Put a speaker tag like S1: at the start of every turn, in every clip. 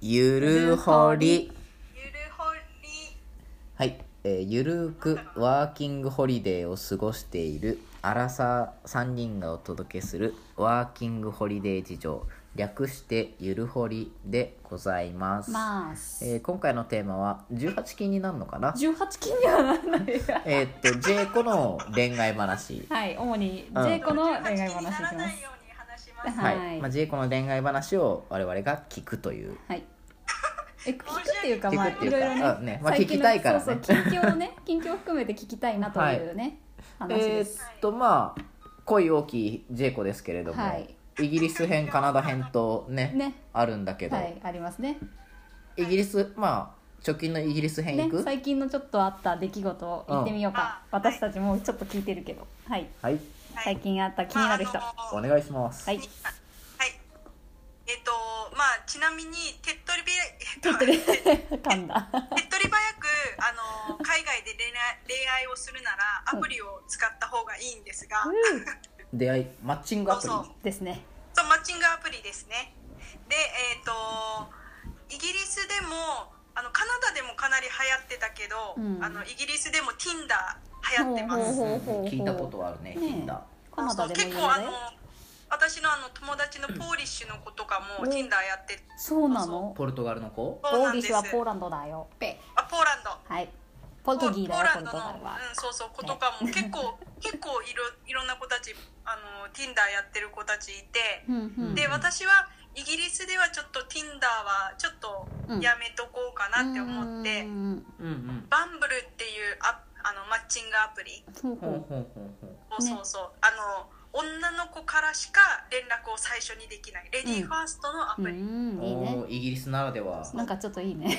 S1: ゆるほり。
S2: ゆるほり
S1: はい、えーゆるーくワーキングホリデーを過ごしているアラサー3人がお届けするワーキングホリデー事情略してゆるほりでございます、
S2: ます
S1: えー今回のテーマは18禁になるのかな
S2: 18禁にはなら ない
S1: えーっと J 子の恋愛話
S2: はい主に
S1: うん
S2: J 子の恋愛話します
S3: す
S1: はい、
S2: はい
S1: まあ、J 子の恋愛話を我々が聞くという
S2: はいえ聞くっていうか
S1: 聞
S2: まあ
S1: くってい
S2: いうろ
S1: か
S2: いろね
S1: うんねまあ
S2: 最
S1: 聞
S2: 近の
S1: きたいからね
S2: そうそう近況をね 近況を含めて聞きたいなというね、話
S1: え
S2: で
S1: ー
S2: す、
S1: っとまあ恋多きジェイコですけれども、
S2: はい
S1: イギリス編カナダ編とね
S2: ね
S1: あるんだけど、
S2: はいありますね
S1: イギリスまあ直近のイギリス編
S2: ね
S1: 行く、
S2: 最近のちょっとあった出来事を言ってみようか、
S3: うん
S2: 私たちもうちょっと聞いてるけどはい
S1: はい
S2: 最近あった気になる人、
S3: まああ
S1: お
S3: の
S1: 願いします、
S2: はい
S3: はいえっとまあちなみに手っ取りびえっと
S2: ちょっとね噛ん だ
S3: 手っ取り早くあの海外で恋愛恋愛をするならアプリを使った方がいいんですが、
S1: 出会いマッチングアプリ
S3: そうそう
S2: ですね
S3: そうマッチングアプリですねでえっ、とイギリスでもあのカナダでもかなり流行ってたけど、
S2: うん
S3: あのイギリスでも Tinder 流行ってます
S2: ほうほうほうほう
S1: 聞いたことはあるね
S2: ねえ
S1: 聞いた
S2: カナダでも
S3: 結
S2: 有
S3: 構あ
S2: 名
S3: の
S2: だよ
S3: 私のあの友達のポーリッシュの子とかも
S2: うん
S3: Tinder やって
S2: そうな
S3: そ
S2: の
S1: ポルトガルの子
S2: ポ
S3: そう
S2: ー
S3: なん
S2: リ
S3: で
S2: ッシ
S3: す
S2: ュ
S3: あ
S2: はポーランドだよペ
S3: ポーランド
S2: はいポルトギーだ
S3: ポ
S2: よ
S3: ーラ
S2: ポ
S3: ン
S2: ル
S3: ド
S2: ト
S3: の
S2: ガルは
S3: うん、そうそう子とか も結構結構いろいろんな子たちあの Tinder やってる子たちいて
S2: うんうん
S3: で
S1: うん
S3: 私はイギリスではちょっと Tinder はちょっと
S2: うん
S3: やめとこうかなって思って、
S2: うんうん
S1: うんうん
S3: バンブルっていうアあのマッチングアプリ
S2: うんほ
S1: ほ
S2: う
S1: う
S2: ほ
S1: ほ
S2: う
S1: うほうほう
S3: そうそうそう、あの女の子からしか連絡を最初にできないレディーファーストのア
S2: う
S3: プリ、
S2: んいいね
S1: おーイギリスならでは
S2: なんかちょっといい ね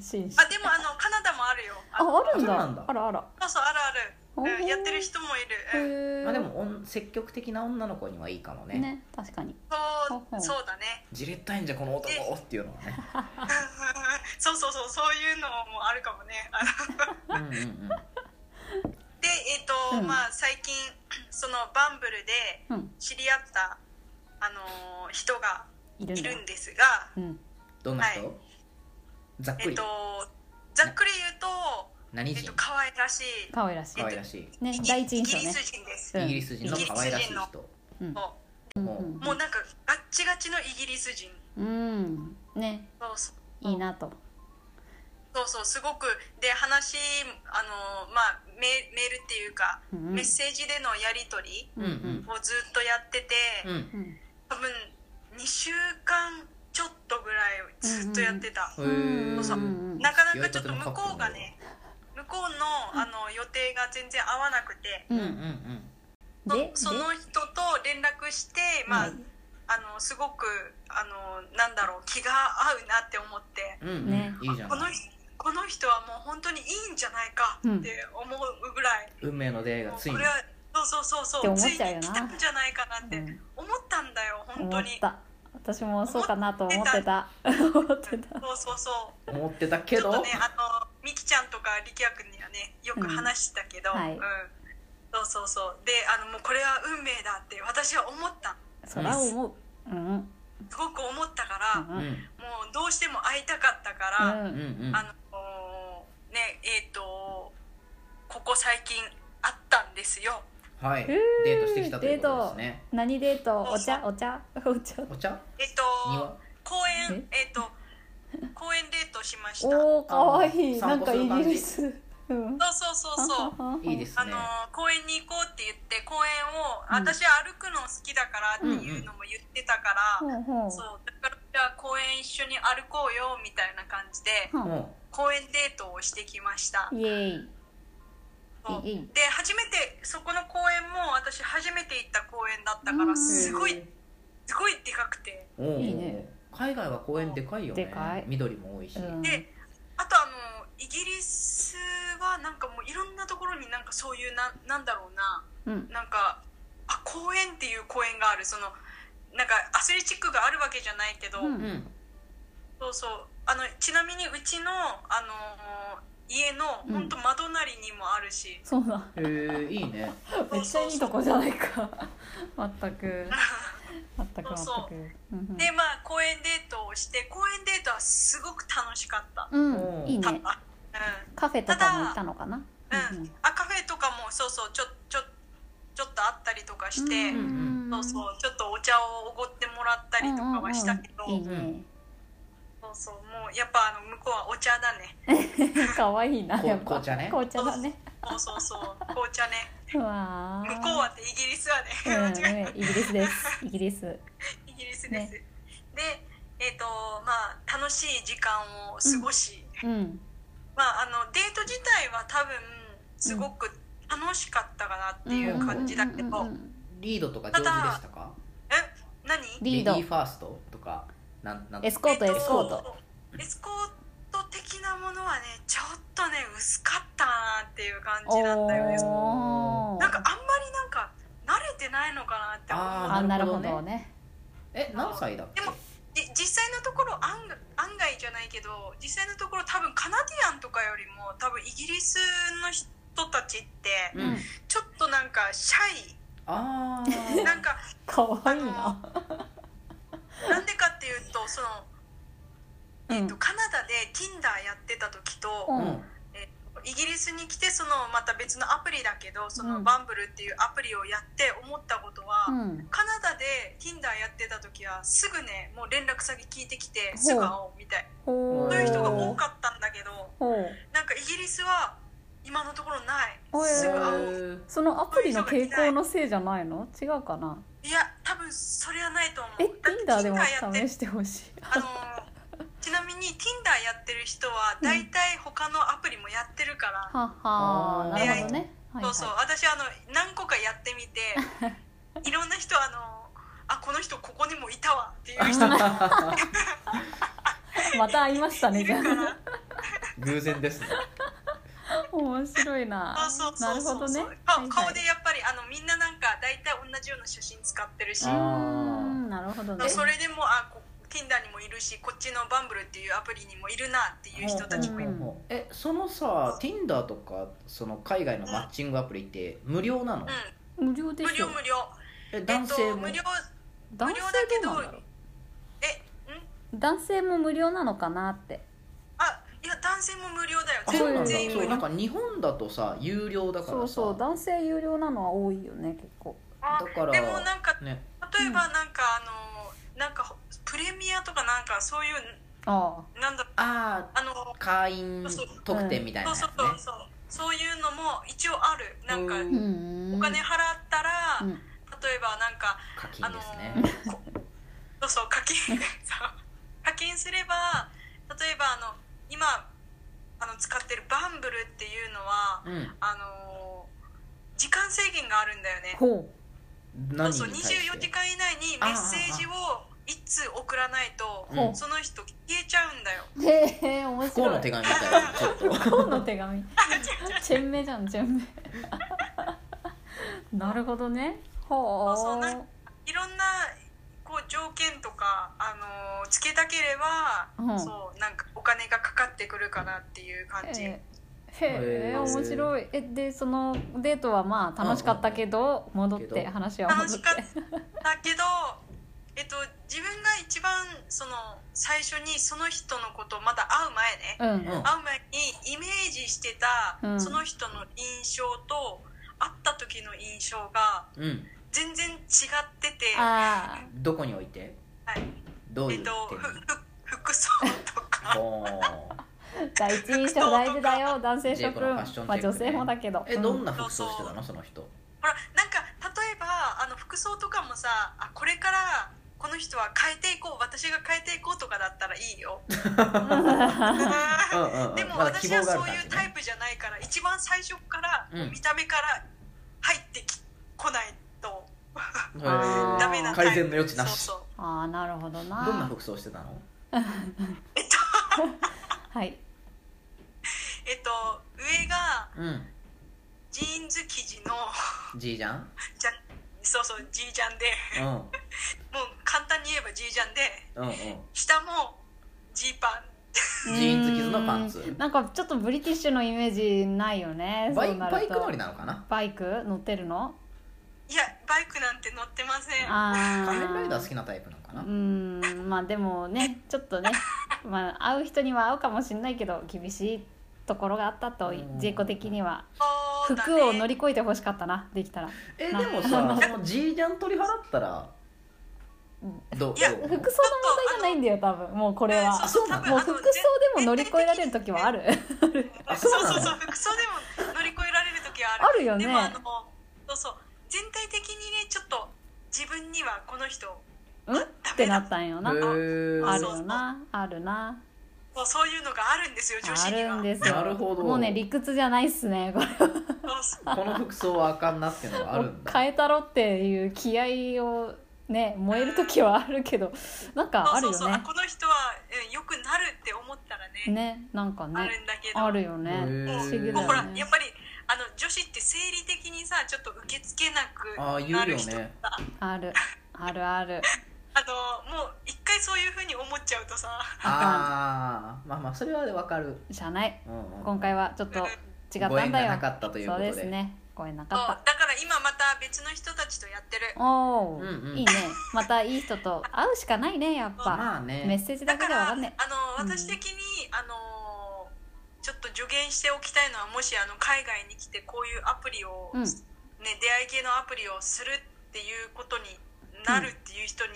S2: 紳士
S3: あでもあのカナダもあるよあ
S2: ああるん
S1: そうなん
S2: だ
S1: だ
S2: あらあら
S3: そうそうあるある、う
S2: おー
S3: ん、やってる人もいる、うん、
S2: へ
S1: まあで
S2: え
S1: もおん積極的な女の子にはいいかもね
S2: ね確かに
S3: そ
S2: ほうほう
S3: うそうだね
S1: じれったいんじゃこの男っていうのは ね
S3: そうそうそうそういうのもあるかもねあの
S1: うんうんうん
S3: でえっ、と、
S2: うん
S3: まあ最近そのバンブルで
S2: うん
S3: 知り合った、あのー人が
S2: いる
S3: い
S2: んだ
S3: るんですが
S2: うん
S1: どんな人、
S3: はい
S1: ざっく
S3: えっ、
S1: り、
S3: とざっくり言うと、
S1: 何
S3: えっ、
S1: 人
S3: と可愛らしい
S2: 可愛らし
S1: 可愛らしい
S2: いね
S3: イギ
S2: 第一印象
S3: イ
S2: ね
S3: ギリス人です、
S2: うん
S1: イギリス人の可愛らしい人
S2: うん
S3: も
S2: うん
S1: も
S3: うもうなんかガッチガチのイギリス人
S2: うんね
S3: そうそう
S2: いいなと
S3: そうそうすごくで話あのまあメメールっていうか、
S2: うん
S3: メッセージでのやり取り
S2: うんうん
S3: をずっとやってて、
S1: うん
S2: うん
S3: 多分2週間ちょっとぐらいずっとやってた、
S1: へ
S2: うん
S1: ー
S3: そう
S2: うん
S3: なかなかちょっと向こうがね向こうのあの予定が全然合わなくて、
S2: う
S1: うんうん
S2: ん
S3: そ
S2: で
S3: その人と連絡してまあ、
S2: うん
S3: あのすごくあのなんだろう気が合うなって思って。
S1: うんうん
S2: ね
S1: いいじゃ
S3: この
S1: ない
S3: 人この人はもう本当にいいんじゃないかって思うぐらい、
S1: 運命の出会いが
S3: もう
S1: つい
S3: こ
S1: に
S3: れはそうそうそう
S2: って思っ
S3: そうついに
S2: ちゃうよな
S3: 来たんじゃないかなって
S2: うん
S3: 思ったんだよ本
S2: 思
S3: 当
S2: っ
S3: に
S2: た私もそうかなと思ってた 思ってた
S3: そうそうそう
S1: 思ってたけ
S3: ち
S1: ど
S3: ょっとねあのみきちゃんとかりきやくんにはねよく話したけど、
S2: うん
S3: うん
S2: はい
S3: そうそうそうであのもうこれは運命だって私は思った
S2: そら思ううん
S3: すごく思ったか
S2: う
S3: ら、
S1: うん
S2: ん
S3: もうどうしても会いたかったか
S2: う
S3: ら、
S1: うん
S2: ん
S1: うん
S3: あのーねえっ、とここ最近あったんですよ
S1: はい
S2: えー
S1: デートしてきたということですね
S2: 何デートお茶お茶お茶
S1: お茶
S3: えっ、と
S1: 庭
S3: 公園えっ、と公園デートしましたそう
S2: おおかわいいな
S1: 散歩
S2: んか
S1: す
S2: イ
S1: る
S2: ギ
S1: 感じ
S2: リスうん
S3: そうそうそう
S1: いいですす
S3: あ
S1: ね
S3: のー公園に行こうって言って公園を、
S2: うん
S3: 私歩くの好きだからっていうのも言ってたから、
S2: ほうほう
S3: そうだからじゃあ公園一緒に歩こうよみたいな感じで
S2: は
S1: も
S3: 公園デートをしてきました
S2: んイエーイ
S3: そう
S2: いいいい
S3: で初めてそこの公園も私初めて行った公園だったか
S2: うん
S3: ら
S1: う
S3: すごいすごいでかくて
S1: おう
S2: いいね
S1: 海外は公園でかいよね
S2: でかい
S1: 緑も多いし
S2: うん
S3: であとあのイギリスはなんかもういろんなところになんかそういうななんだろうな
S2: うん
S3: なんかあ公園っていう公園があるそのなんかアスレチックがあるわけじゃないけど、
S2: うん
S1: うん
S3: そうそうあのちなみにうちのあのー家の
S2: うん
S3: 本当窓なりにもあるし、
S2: そうだ
S1: へえいいね
S2: めっちゃいいとこじゃないかまったくあったくなった
S3: そう
S2: く。うんうん
S3: でまあ公園デートをして公園デートはすごく楽しかった、
S2: うん、いい
S3: た
S2: ね。カフェとかも行ったのかな。
S3: うんうん、あカフェとかもそうそうちょちょちょっとあったりとかして、
S1: ん
S3: そうそうちょっとお茶をおごってもらったりとかはしたけど、
S2: うんうんうんいい
S3: そうそうもうやっぱあの向こうはお茶だね
S2: ね。 可愛いな。
S1: こ
S2: やっぱ
S1: 紅茶ね
S2: 紅茶だ ね。
S3: そうそうそう紅茶ね
S2: うわ
S3: 向
S2: ー。
S3: こうはってイギリスはね、
S2: うん
S3: 間違え
S2: ねイギリス です。イギリス。
S3: イギリスです、でえっ、とまあ楽しい時間を過ごし、
S2: うん。
S3: まああのデート自体は多分すごく楽しかったかなっていう感じだけど、
S2: うんうんうんうん
S1: リードとか上手でしたか
S3: え何
S2: リ
S1: レ
S2: ー
S1: ディ
S2: ド
S1: ー。ファーストとかなんなん
S2: エスコート
S3: えっ
S2: エ
S3: と
S2: スコート。
S3: エスコート的なものはねちょっとね薄かったなっていう感
S2: お
S3: じなんだよね
S2: おー。
S3: なんかあんまりなんか慣れてないのかなって思う
S2: あなるほ
S1: なるほ
S2: ど
S1: ど
S2: ね。
S1: え何歳だっけ
S3: でもじ実際のところ案が案外じゃないけど実際のところ多分カナディアンとかよりも多分イギリスの人たちって
S1: うん
S2: うん
S3: ちょっとなんかシャ
S1: ああ
S3: イなんか
S2: 可愛いな。
S3: なんでかっていうとその、
S2: う
S3: えっ
S2: ん
S3: とカナダで Tinder やってた時と、
S2: うん
S3: イギリスに来てそのまた別のアプリだけどそうの
S2: ん
S3: バンブルっていうアプリをやって思ったことは、
S2: うん。
S3: カナダで Tinder やってた時はすぐねもう連絡先聞いてきてすぐ会おうみたい
S2: ほ
S1: お
S2: う。
S3: そういう人が多かったんだけど
S2: ほう。
S3: なんかイギリスは今のところない
S2: おい
S3: すぐ
S2: あ
S3: 会おう
S1: う
S2: そのアプリの傾向のせいじゃないの？違うかな。
S3: いや多分それはないと思う
S2: え、
S3: だ
S2: Tinder
S3: って
S2: でも
S3: Tinder やって
S2: 試してほしい。
S3: あのーちなみに Tinder やってる人は大体他のアプリもやってるから、
S2: はは
S1: あ
S2: な
S1: ー
S2: るほどね。はいはい、
S3: そうそう私あの何個かやってみて いろんな人あのあこの人ここにもいたわっていう人が
S2: また会いましたね
S3: い
S2: じゃ
S3: るから
S2: あ。
S1: 偶然ですね
S2: 面白いな。
S3: そうそうそうそ
S2: な
S3: う
S2: るほどね。
S3: 顔
S2: はいはい
S3: 顔でやっぱりあのみんななんか大体同じような写真使ってるし
S2: う
S1: あ
S2: ーんなるほどね。
S3: それでもあこ Tinder にもいるしこっちのバンブルっていうアプリにもいるなっていう人たちもいる、
S2: うんうん
S1: えそのさ Tinder とかその海外のマッチングアプリって無料なの、
S3: う
S2: 無料で
S3: ん、無
S2: しょ
S3: 料。無料
S1: え男性も、
S3: えっと、無料
S2: 男性どうなんだろう。
S3: えん
S2: 男性も無料なのかなって。
S3: あいや男性も無料だよ
S1: あそうなん
S3: 全
S1: だ
S3: 然
S1: そ
S3: 無
S1: うな
S3: 料
S1: んか日本だとさ有料だからさ
S2: そうそう男性有料なのは多いよね結構。
S3: あ
S1: だから
S3: でもなんか
S1: ね
S3: 例えばなんか、あのなんかプレミアとかなんかそういう
S2: あ
S3: なんだ
S1: あ
S3: あの
S1: 会員特典みたいな
S3: そう
S1: やつね
S3: そうそうそうそういうのも一応あるなんか
S1: う
S2: あ。
S1: ん
S2: ん
S3: お金払ったら、
S2: うん
S3: 例えばなんか
S1: 課
S3: あ
S1: 金
S3: の
S1: ですね、
S3: こそうそう課金そう課金すれば例えばあの今あの使ってるバンブルっていうのは
S1: う
S3: あの時間制限があるんだよね
S2: ほ
S1: ん
S3: そ
S1: 何
S3: う
S1: に
S3: そう
S1: 対して
S3: 24時間以内にメッセージを一通送らないと
S1: うん
S3: その人消えちゃうんだよ
S2: う。へえ面白い。
S1: 不幸の手紙みたいなちょっと
S2: 不幸の手紙。チェンメじゃんチェン メ。なるほどね。ほう。
S3: そうそうなんいろんなこう条件とか、あのーつけたければ、
S2: うん
S3: そうなんかお金がかかってくるかなっていう感じ、
S2: えーへ
S1: へ
S2: え
S1: ー
S2: 面白いえでそのデートはまあ楽しかったけど戻っ
S1: け
S2: て
S1: ど
S2: 話は
S3: 楽
S2: 戻っ
S3: してかったけど、えっと、自分が一番その最初にその人のことまだ会う前ね、
S2: うん
S1: うん
S3: 会う前にイメージしてた
S2: うん
S3: その人の印象と会った時の印象が
S1: うん
S3: 全然違ってて、は
S2: ああ
S1: どこに置いて
S3: い、
S1: どう
S3: え
S1: い
S3: っ
S1: う
S3: と
S1: 点
S3: ふふ服装とか。
S1: ほー
S2: 第一印象大事だよ男性諸
S1: ジェイコのファッショ
S2: 君
S1: ン
S2: まあ
S1: チェッ
S2: 女
S1: ク
S2: 性もだけど
S1: えど
S2: うん
S1: な服装してたのその人
S3: ほらなんか例えばあの服装とかもさあこれからこの人は変えていこう私が変えていこうとかだったらいいよ
S1: うんうんうん
S3: でも
S1: まだ希
S3: 私は
S1: 望がある
S3: そう
S1: 感
S3: いう
S1: じ
S3: タイ
S1: ね
S3: プじゃないから一番最初から
S1: うん
S3: 見た目から入ってきこないと
S1: へ
S2: あー
S3: ダ
S1: ー
S3: メなタイプ
S1: 改善の余地なし
S3: そうそ
S2: ああなるほどな
S1: どんな服装してたの
S3: うえっと
S2: はい
S3: えっと上が
S1: うん
S3: ジーンズ生地の
S1: じいじゃ ん
S3: じゃそうそうジージャンで
S1: うん
S3: もう簡単に言えばジージャンで
S1: うんうん
S3: 下もジーパン
S1: ジーンズ傷のパンツ
S2: うんなんかちょっとブリティッシュのイメージないよね
S1: バイ
S2: そうな
S1: バ
S2: る
S1: イク
S2: と
S1: 乗りなのかな
S2: バイク乗ってるの
S3: いやバイクなんて乗ってません
S2: あ
S1: 仮面ライダー好
S2: ー
S1: きなタイプなのか
S2: う
S1: な、
S2: ーんまあでもねちょっと ね、まあ、会う人には会うかもしれないけど厳しいところがあったと
S1: うん
S2: ジェイコ的には
S3: そうだね
S2: 服を乗り越えてほしかったなできたら
S1: え
S2: な
S1: でも さその G ジャン取り払ったらどう
S3: いや
S1: どう
S2: 服装の問題じゃないんだよ多分もうこれは
S3: うんそうそう多分
S2: もう服装でも乗り越えられる時はある
S1: あ
S3: そ
S1: そう
S3: う
S1: なの
S3: そうそう服装でも乗り越えられる時はある
S2: あるよね
S3: でもあのそうそう全体的にねちょっと自分にはこの人
S2: うんってなったんよな
S1: へー
S2: あるよなあるな
S3: もうそういうのがあるんですよ女子
S2: あ
S3: に
S2: る
S3: は
S2: んですよ
S1: なるほど
S2: もうね理屈じゃないっすねこれ
S3: そうそう
S1: この服装はあかんなっていうのがあるんだ
S2: 変えたろっていう気合をね燃える時はあるけどなんかある
S3: そうそうそう
S2: よ
S3: あこの人はうん良くなるって思ったら
S2: ね
S3: ね
S2: ねなんか
S3: あ
S2: ね
S3: るんだけど
S2: あるよ
S1: へ
S2: ね
S1: ー
S2: 不思議だ
S3: もうほ
S2: よ
S3: ら
S2: ね
S3: やっぱりあの女子って生理的にさちょっと受け付けなく
S1: あー
S3: な
S1: 言う
S3: る
S1: よ
S3: 人
S1: ね
S3: あ,、
S2: あるあるある
S3: のもう一回そういうふうに思っちゃうとさ
S1: ああまあまあそれはわかる、
S2: じゃない
S1: うんうん、
S2: 今回はちょっと違ったん
S1: ご縁
S2: だ
S1: が
S2: よ
S1: なかったというこ
S2: そう
S1: とで
S2: ですねご縁な
S3: そう
S2: かっ
S3: だから今また別の人たちとやってる
S2: たおお、
S1: うんうん
S2: いいねまたいい人と会うしかないねやっぱ、
S1: まあね
S2: メッセージだ
S3: だ
S2: け
S3: か
S2: ではわ
S3: ら
S2: か
S3: あ
S2: ん
S3: の
S2: ね
S3: 私的に、あのちょっと助言しておきたいのはもしあの海外に来てこういうアプリを、
S2: うん
S3: ね、出会い系のアプリをするっていうことになるっていう人に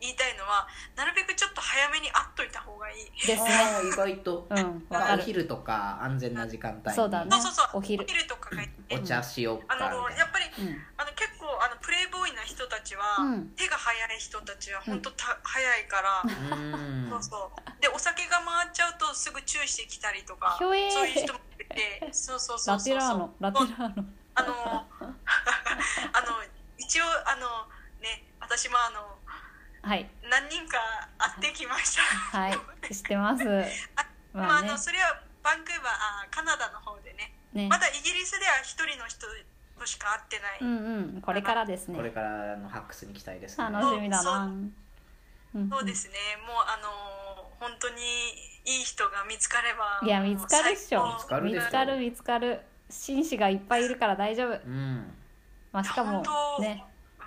S3: 言いたいのは、なるべくちょっと早めに会っといた方がいい。
S2: えですね
S1: あー意外と
S2: うんわ
S1: まあ
S2: か
S1: お
S2: る
S1: 昼とか安全な時間帯に
S2: そうだね
S3: そうそうそう
S2: お昼
S3: とかがいて、
S1: お茶しよう
S3: あ
S1: かみたい
S3: の
S1: な
S3: やっぱり
S2: うん
S3: あの結構あのプレイボーイな人たちは、
S2: うん
S3: 手が早い人たちは本当た、早いから。
S1: うん
S3: そうそうでお酒が回っちゃうとすぐ注意してきたりとか
S2: ひょえー
S3: そういう人もいてそうそうそう
S2: ラ
S3: そう
S2: テラーノラテラーノ
S3: あの あの一応あのね私もあの
S2: はい
S3: 何人か会ってきました
S2: はい知って ます
S3: ま
S2: ま
S3: あ
S2: あ
S3: あ
S2: ね
S3: のそれはバンクーバーあカナダの方でね
S2: ね、
S3: まだイギリスでは一人の人としか会ってないう
S2: んうんこれからです
S1: これ
S2: ね
S1: からのハックスに期待ですね
S2: 楽しみだなうん
S3: そうですねもうあの本当にいい人が見つかれば
S2: いや見つかるっしょ
S3: もう最
S1: 見つか
S3: 高
S1: る
S2: 見
S1: でしょ
S2: つかる見つかる紳士がいっぱいいるから大丈夫
S1: うん
S2: まあしかも
S3: 本当
S2: ね
S3: う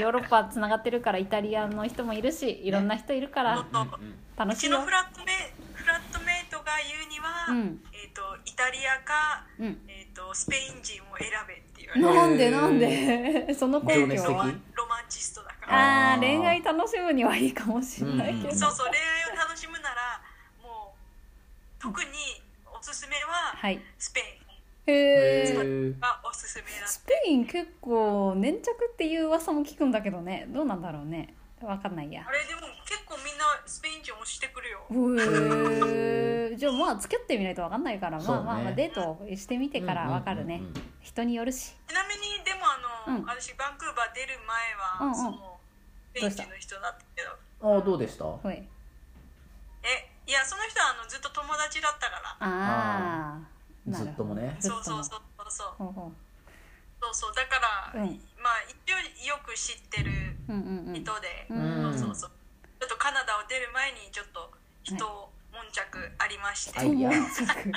S3: ん
S2: ヨーロッパつながってるからイタリアの人もいるしいろんな人いるから
S1: うんうん
S2: 楽
S3: う
S2: しい
S3: ち
S2: よ
S3: のフラットメフラットメイトが言うには、
S2: うん
S3: えっ、とイタリアか、
S2: うん
S3: えっ、とスペイン人を選べって言われる。
S2: なんでなんで その根
S1: 情熱
S2: 拠
S1: 的
S2: は
S3: ロマンチストだから。
S2: あ
S1: あー
S2: ー恋愛楽しむにはいいかもしれないけど、
S1: うん
S3: そうそう恋愛を楽しむならもう特におすすめは
S2: はい
S3: スペイ
S2: へ
S1: へ
S2: え
S1: ー
S3: ンがおすすめだ。
S2: スペイン結構粘着っていう噂も聞くんだけどねどうなんだろうねわかんないや
S3: あれでも結構みんなスペイン人推してくるよ。
S2: へえじゃあまあ付き合ってみないとわかんないから、
S1: そうね
S2: まあまあまあデートしてみてからわかるね、
S1: うんうんうんうん
S2: 人によるし
S3: ちなみにでもあの、
S2: うん
S3: 私バンクーバー出る前は、
S2: うんうん
S3: そのスペイン人の人だったけど。
S1: ああどうでした
S2: ほい
S3: えいやその人はあのずっと友達だったから。
S2: ああ
S1: ずっともね
S2: ずっと
S3: そう
S2: も
S3: そうそうそうそう。
S2: ほうほ
S3: そうそうだから、
S2: ううん
S3: まあ一応よく知ってる
S2: うんうんうん
S3: 人で、
S2: うん
S1: うん
S3: そうそうそうちょっとカナダを出る前にちょっと人を悶着ありまして、
S1: は
S2: と
S1: い
S2: もちゃく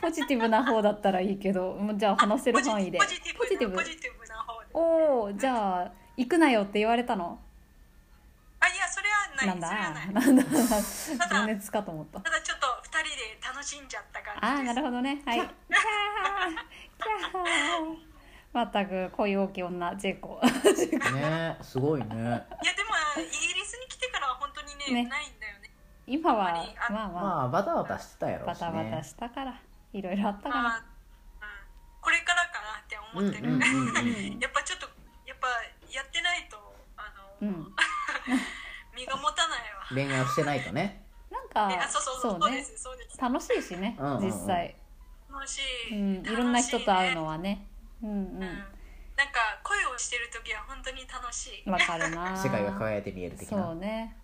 S2: ポジティブな方だったらいいけどもうじゃあ話せる範囲で
S3: ポジポジティブ
S2: ポ
S3: なポ
S2: ジティ
S3: ジティブな方で
S2: ブおおじゃあ行くなよって言われたの
S3: あいやそれはない
S2: なん
S3: それはな
S2: だ
S3: い
S2: なんだ
S3: ただ
S2: 情熱かと思った
S3: ただちょっと二人で楽しんじゃった感
S2: ああ
S3: じ
S2: な
S3: です
S2: るほどねはいキャーキャー全く恋多き女ジェイコ
S1: ねすごいね
S3: いやでもイギリスに来てからは本当に
S2: ね
S3: ねないんだよね
S2: 今は
S3: あんまりあ
S2: まあま
S1: まあバタバタしてたや
S2: あ
S1: ろう
S2: バ
S1: し
S2: タバタ
S1: ね
S2: したからいろいろあったか
S3: まあ、
S2: な
S3: う、
S2: ん
S3: これからかなって思ってる、
S1: うんうんうん
S2: うん
S3: やっぱちょっとやっぱやってないとあ
S2: う
S3: の、
S2: ん
S3: 身が持たないわ
S1: 恋愛をしてないとね
S2: なん
S3: ね
S2: か
S3: あそうそうそうそうで
S2: ね
S3: すそうです
S2: 楽しいしね
S1: うんうんうん
S2: 実際
S3: 楽し
S2: う
S3: い、
S2: んいろんな人と会うの
S3: は、
S2: はねうん
S3: うん、なんか恋をしてる時は本当に楽しい、
S2: うんわかる な
S1: 世界が輝いて見える的
S2: そう
S1: な
S2: ね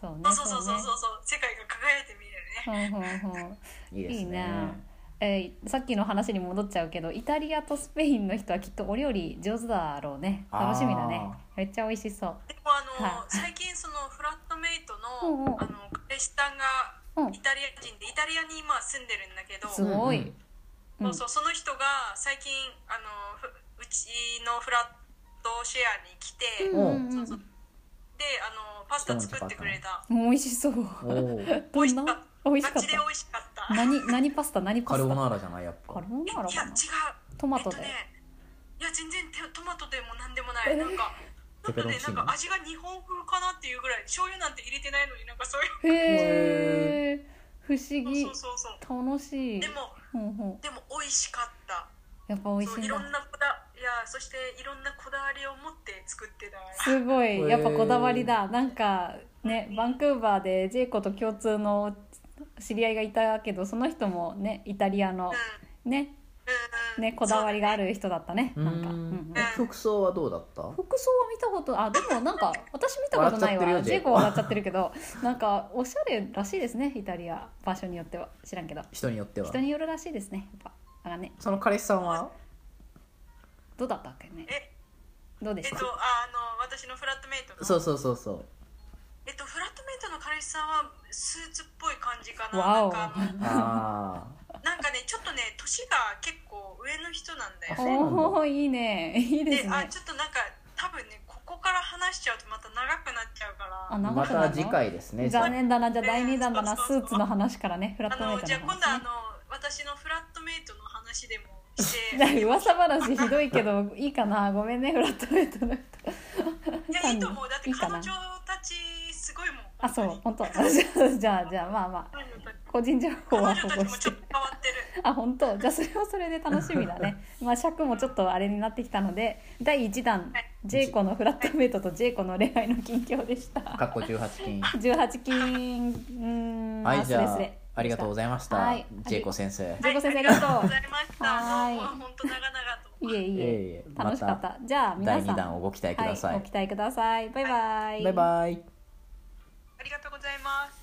S2: そうね
S3: そうそうそうそうそう世界が輝いて見えるね
S2: そうねほんほんほん
S1: いいです
S2: いい
S1: ね
S2: なえーさっきの話に戻っちゃうけどイタリアとスペインの人はきっとお料理上手だろうね楽しみだねめっちゃ美味しそう
S3: でもあの
S2: は
S3: 最近そのフラットメイト
S2: うんう
S3: の
S2: ん
S3: あの彼氏さんが
S2: うん
S3: イタリア人でイタリアに今住んでるんだけど
S2: すご
S1: う
S2: い
S1: んうん
S2: うん
S3: そうそうその人が最近あのふうちのフラットシェアに来て、
S1: ん
S3: そうそうであのパスタ作ってくれた
S2: うん美味しそう
S1: おおー
S2: どん
S3: 美味しかっ
S2: な美味し
S3: ガ
S2: かっ
S3: チで美味しかった
S2: た何何パスタ何パ
S1: カル
S2: ス
S1: ボ
S2: タ
S1: ナーラじゃないやっ
S2: カ
S1: ぱ
S2: ルボナーラ
S3: いや
S2: か
S3: 違
S2: な
S3: う
S2: トマト
S3: えっと
S2: で
S3: ね、いや全然手トマトでも何でもな
S2: え
S3: い、
S2: ー
S3: なんかちょっとね
S1: ペペロンチ
S3: な
S1: ー
S3: ん
S1: ノ
S3: か味が日本風かなっていうぐらい醤油なんて入れてないのになんかそういう
S2: へえ不思議
S3: そうそうそうそう
S2: 楽しい
S3: でも
S2: うんうん
S3: でも美味しかった
S2: やっぱ美味
S3: そう
S2: しい
S3: い
S2: ん
S3: ろ
S2: だ
S3: んなこだいやそしていろんなこだわりを持って作ってた
S2: すご
S1: へ
S2: い
S1: ー
S2: やっぱこだわりだなんかねバンクーバーでジェイコと共通の知り合いがいたけどその人もねイタリアの
S3: うん
S2: ね
S3: うん
S2: ねこだわりがあ
S3: る
S2: る人だったね
S1: うー
S2: なんかうんん
S1: え服装はどうだった
S2: 服装は見たことあでもなんか私見たことな
S1: 笑っちゃ
S2: いわ
S1: ってるよジ
S2: ジ
S1: ェ
S2: ェ
S1: イ
S2: イ
S1: コ
S2: コは笑っちゃってるけどなんかおしゃれらしいですねイタリア場所によっては知らんけど
S1: 人によっては
S2: 人によるらしいですねやっぱあね
S1: その彼氏さんは
S2: どうだったっけね
S3: え
S2: どうで
S3: え
S2: し
S3: ったとああの私のフラットメイトの
S1: そうそうそうそう
S3: えっとフラットメイトの彼氏さんはスーツっぽい感じかな
S2: わお
S3: なんかもう
S1: あ
S3: なんかねちょっとね年が結構上の人なんだよ
S1: あそうなんだ
S2: おおいいねいいで
S3: ですあ
S2: ね
S3: ちょっとなんか多分ねここから話しちゃうとまた長くなっちゃうから
S2: あ
S1: あ
S2: 長
S1: ま
S2: くなる
S1: た
S2: の
S1: 次回ですね
S2: 残念だなじゃあ第2弾だな
S3: そう
S2: ス
S3: そうそう
S2: ーツの話からねフラット
S3: あ
S2: メイ
S3: のじゃあ
S2: トの
S3: 今度あ
S2: 話ね
S3: の私のフラットメイトの 話でもしてい
S2: だから 噂話ひどいけどいいかなごめんねフラットメイトの人
S3: やいいと思うだって
S2: い
S3: い
S2: い
S3: 彼
S2: かな
S3: 女たちすごいもん
S2: あそう
S3: 本
S2: 本当じゃあじゃあまあまあ
S3: 当に
S2: 個人情報
S3: 彼
S2: は
S3: 女
S2: 保
S3: たち
S2: 護
S3: も
S2: し
S3: ち
S2: て
S3: ょっと変わっ てる
S2: あ本当じゃあそれはそれで楽しみ だねまあ尺もちょっとあれになってきたので第1弾
S3: はい
S2: ジェイコのフラットメイトとジェイコの恋愛の近況でした
S1: かっこ18金
S2: 18金うーん
S1: は
S2: ま
S1: いじゃ
S2: スレ
S1: あ
S2: スレ
S1: ありがとうございました、
S2: はい
S1: ジェイコ先生
S2: ジェイコ先生
S3: は
S2: あ
S3: い
S2: りがと
S3: ありがとうご
S2: う
S3: ざいました
S2: はい
S3: もう本当長々
S2: い
S3: と
S2: えい
S1: いえい
S2: え
S1: え
S2: 楽しかった、
S1: ま
S2: じゃあ皆
S1: 第
S2: さ
S1: 2
S2: ん
S1: 弾をご期待ください、
S2: はい、ご期待くださいバイバイ、
S1: バイバイ
S3: ありがとうございます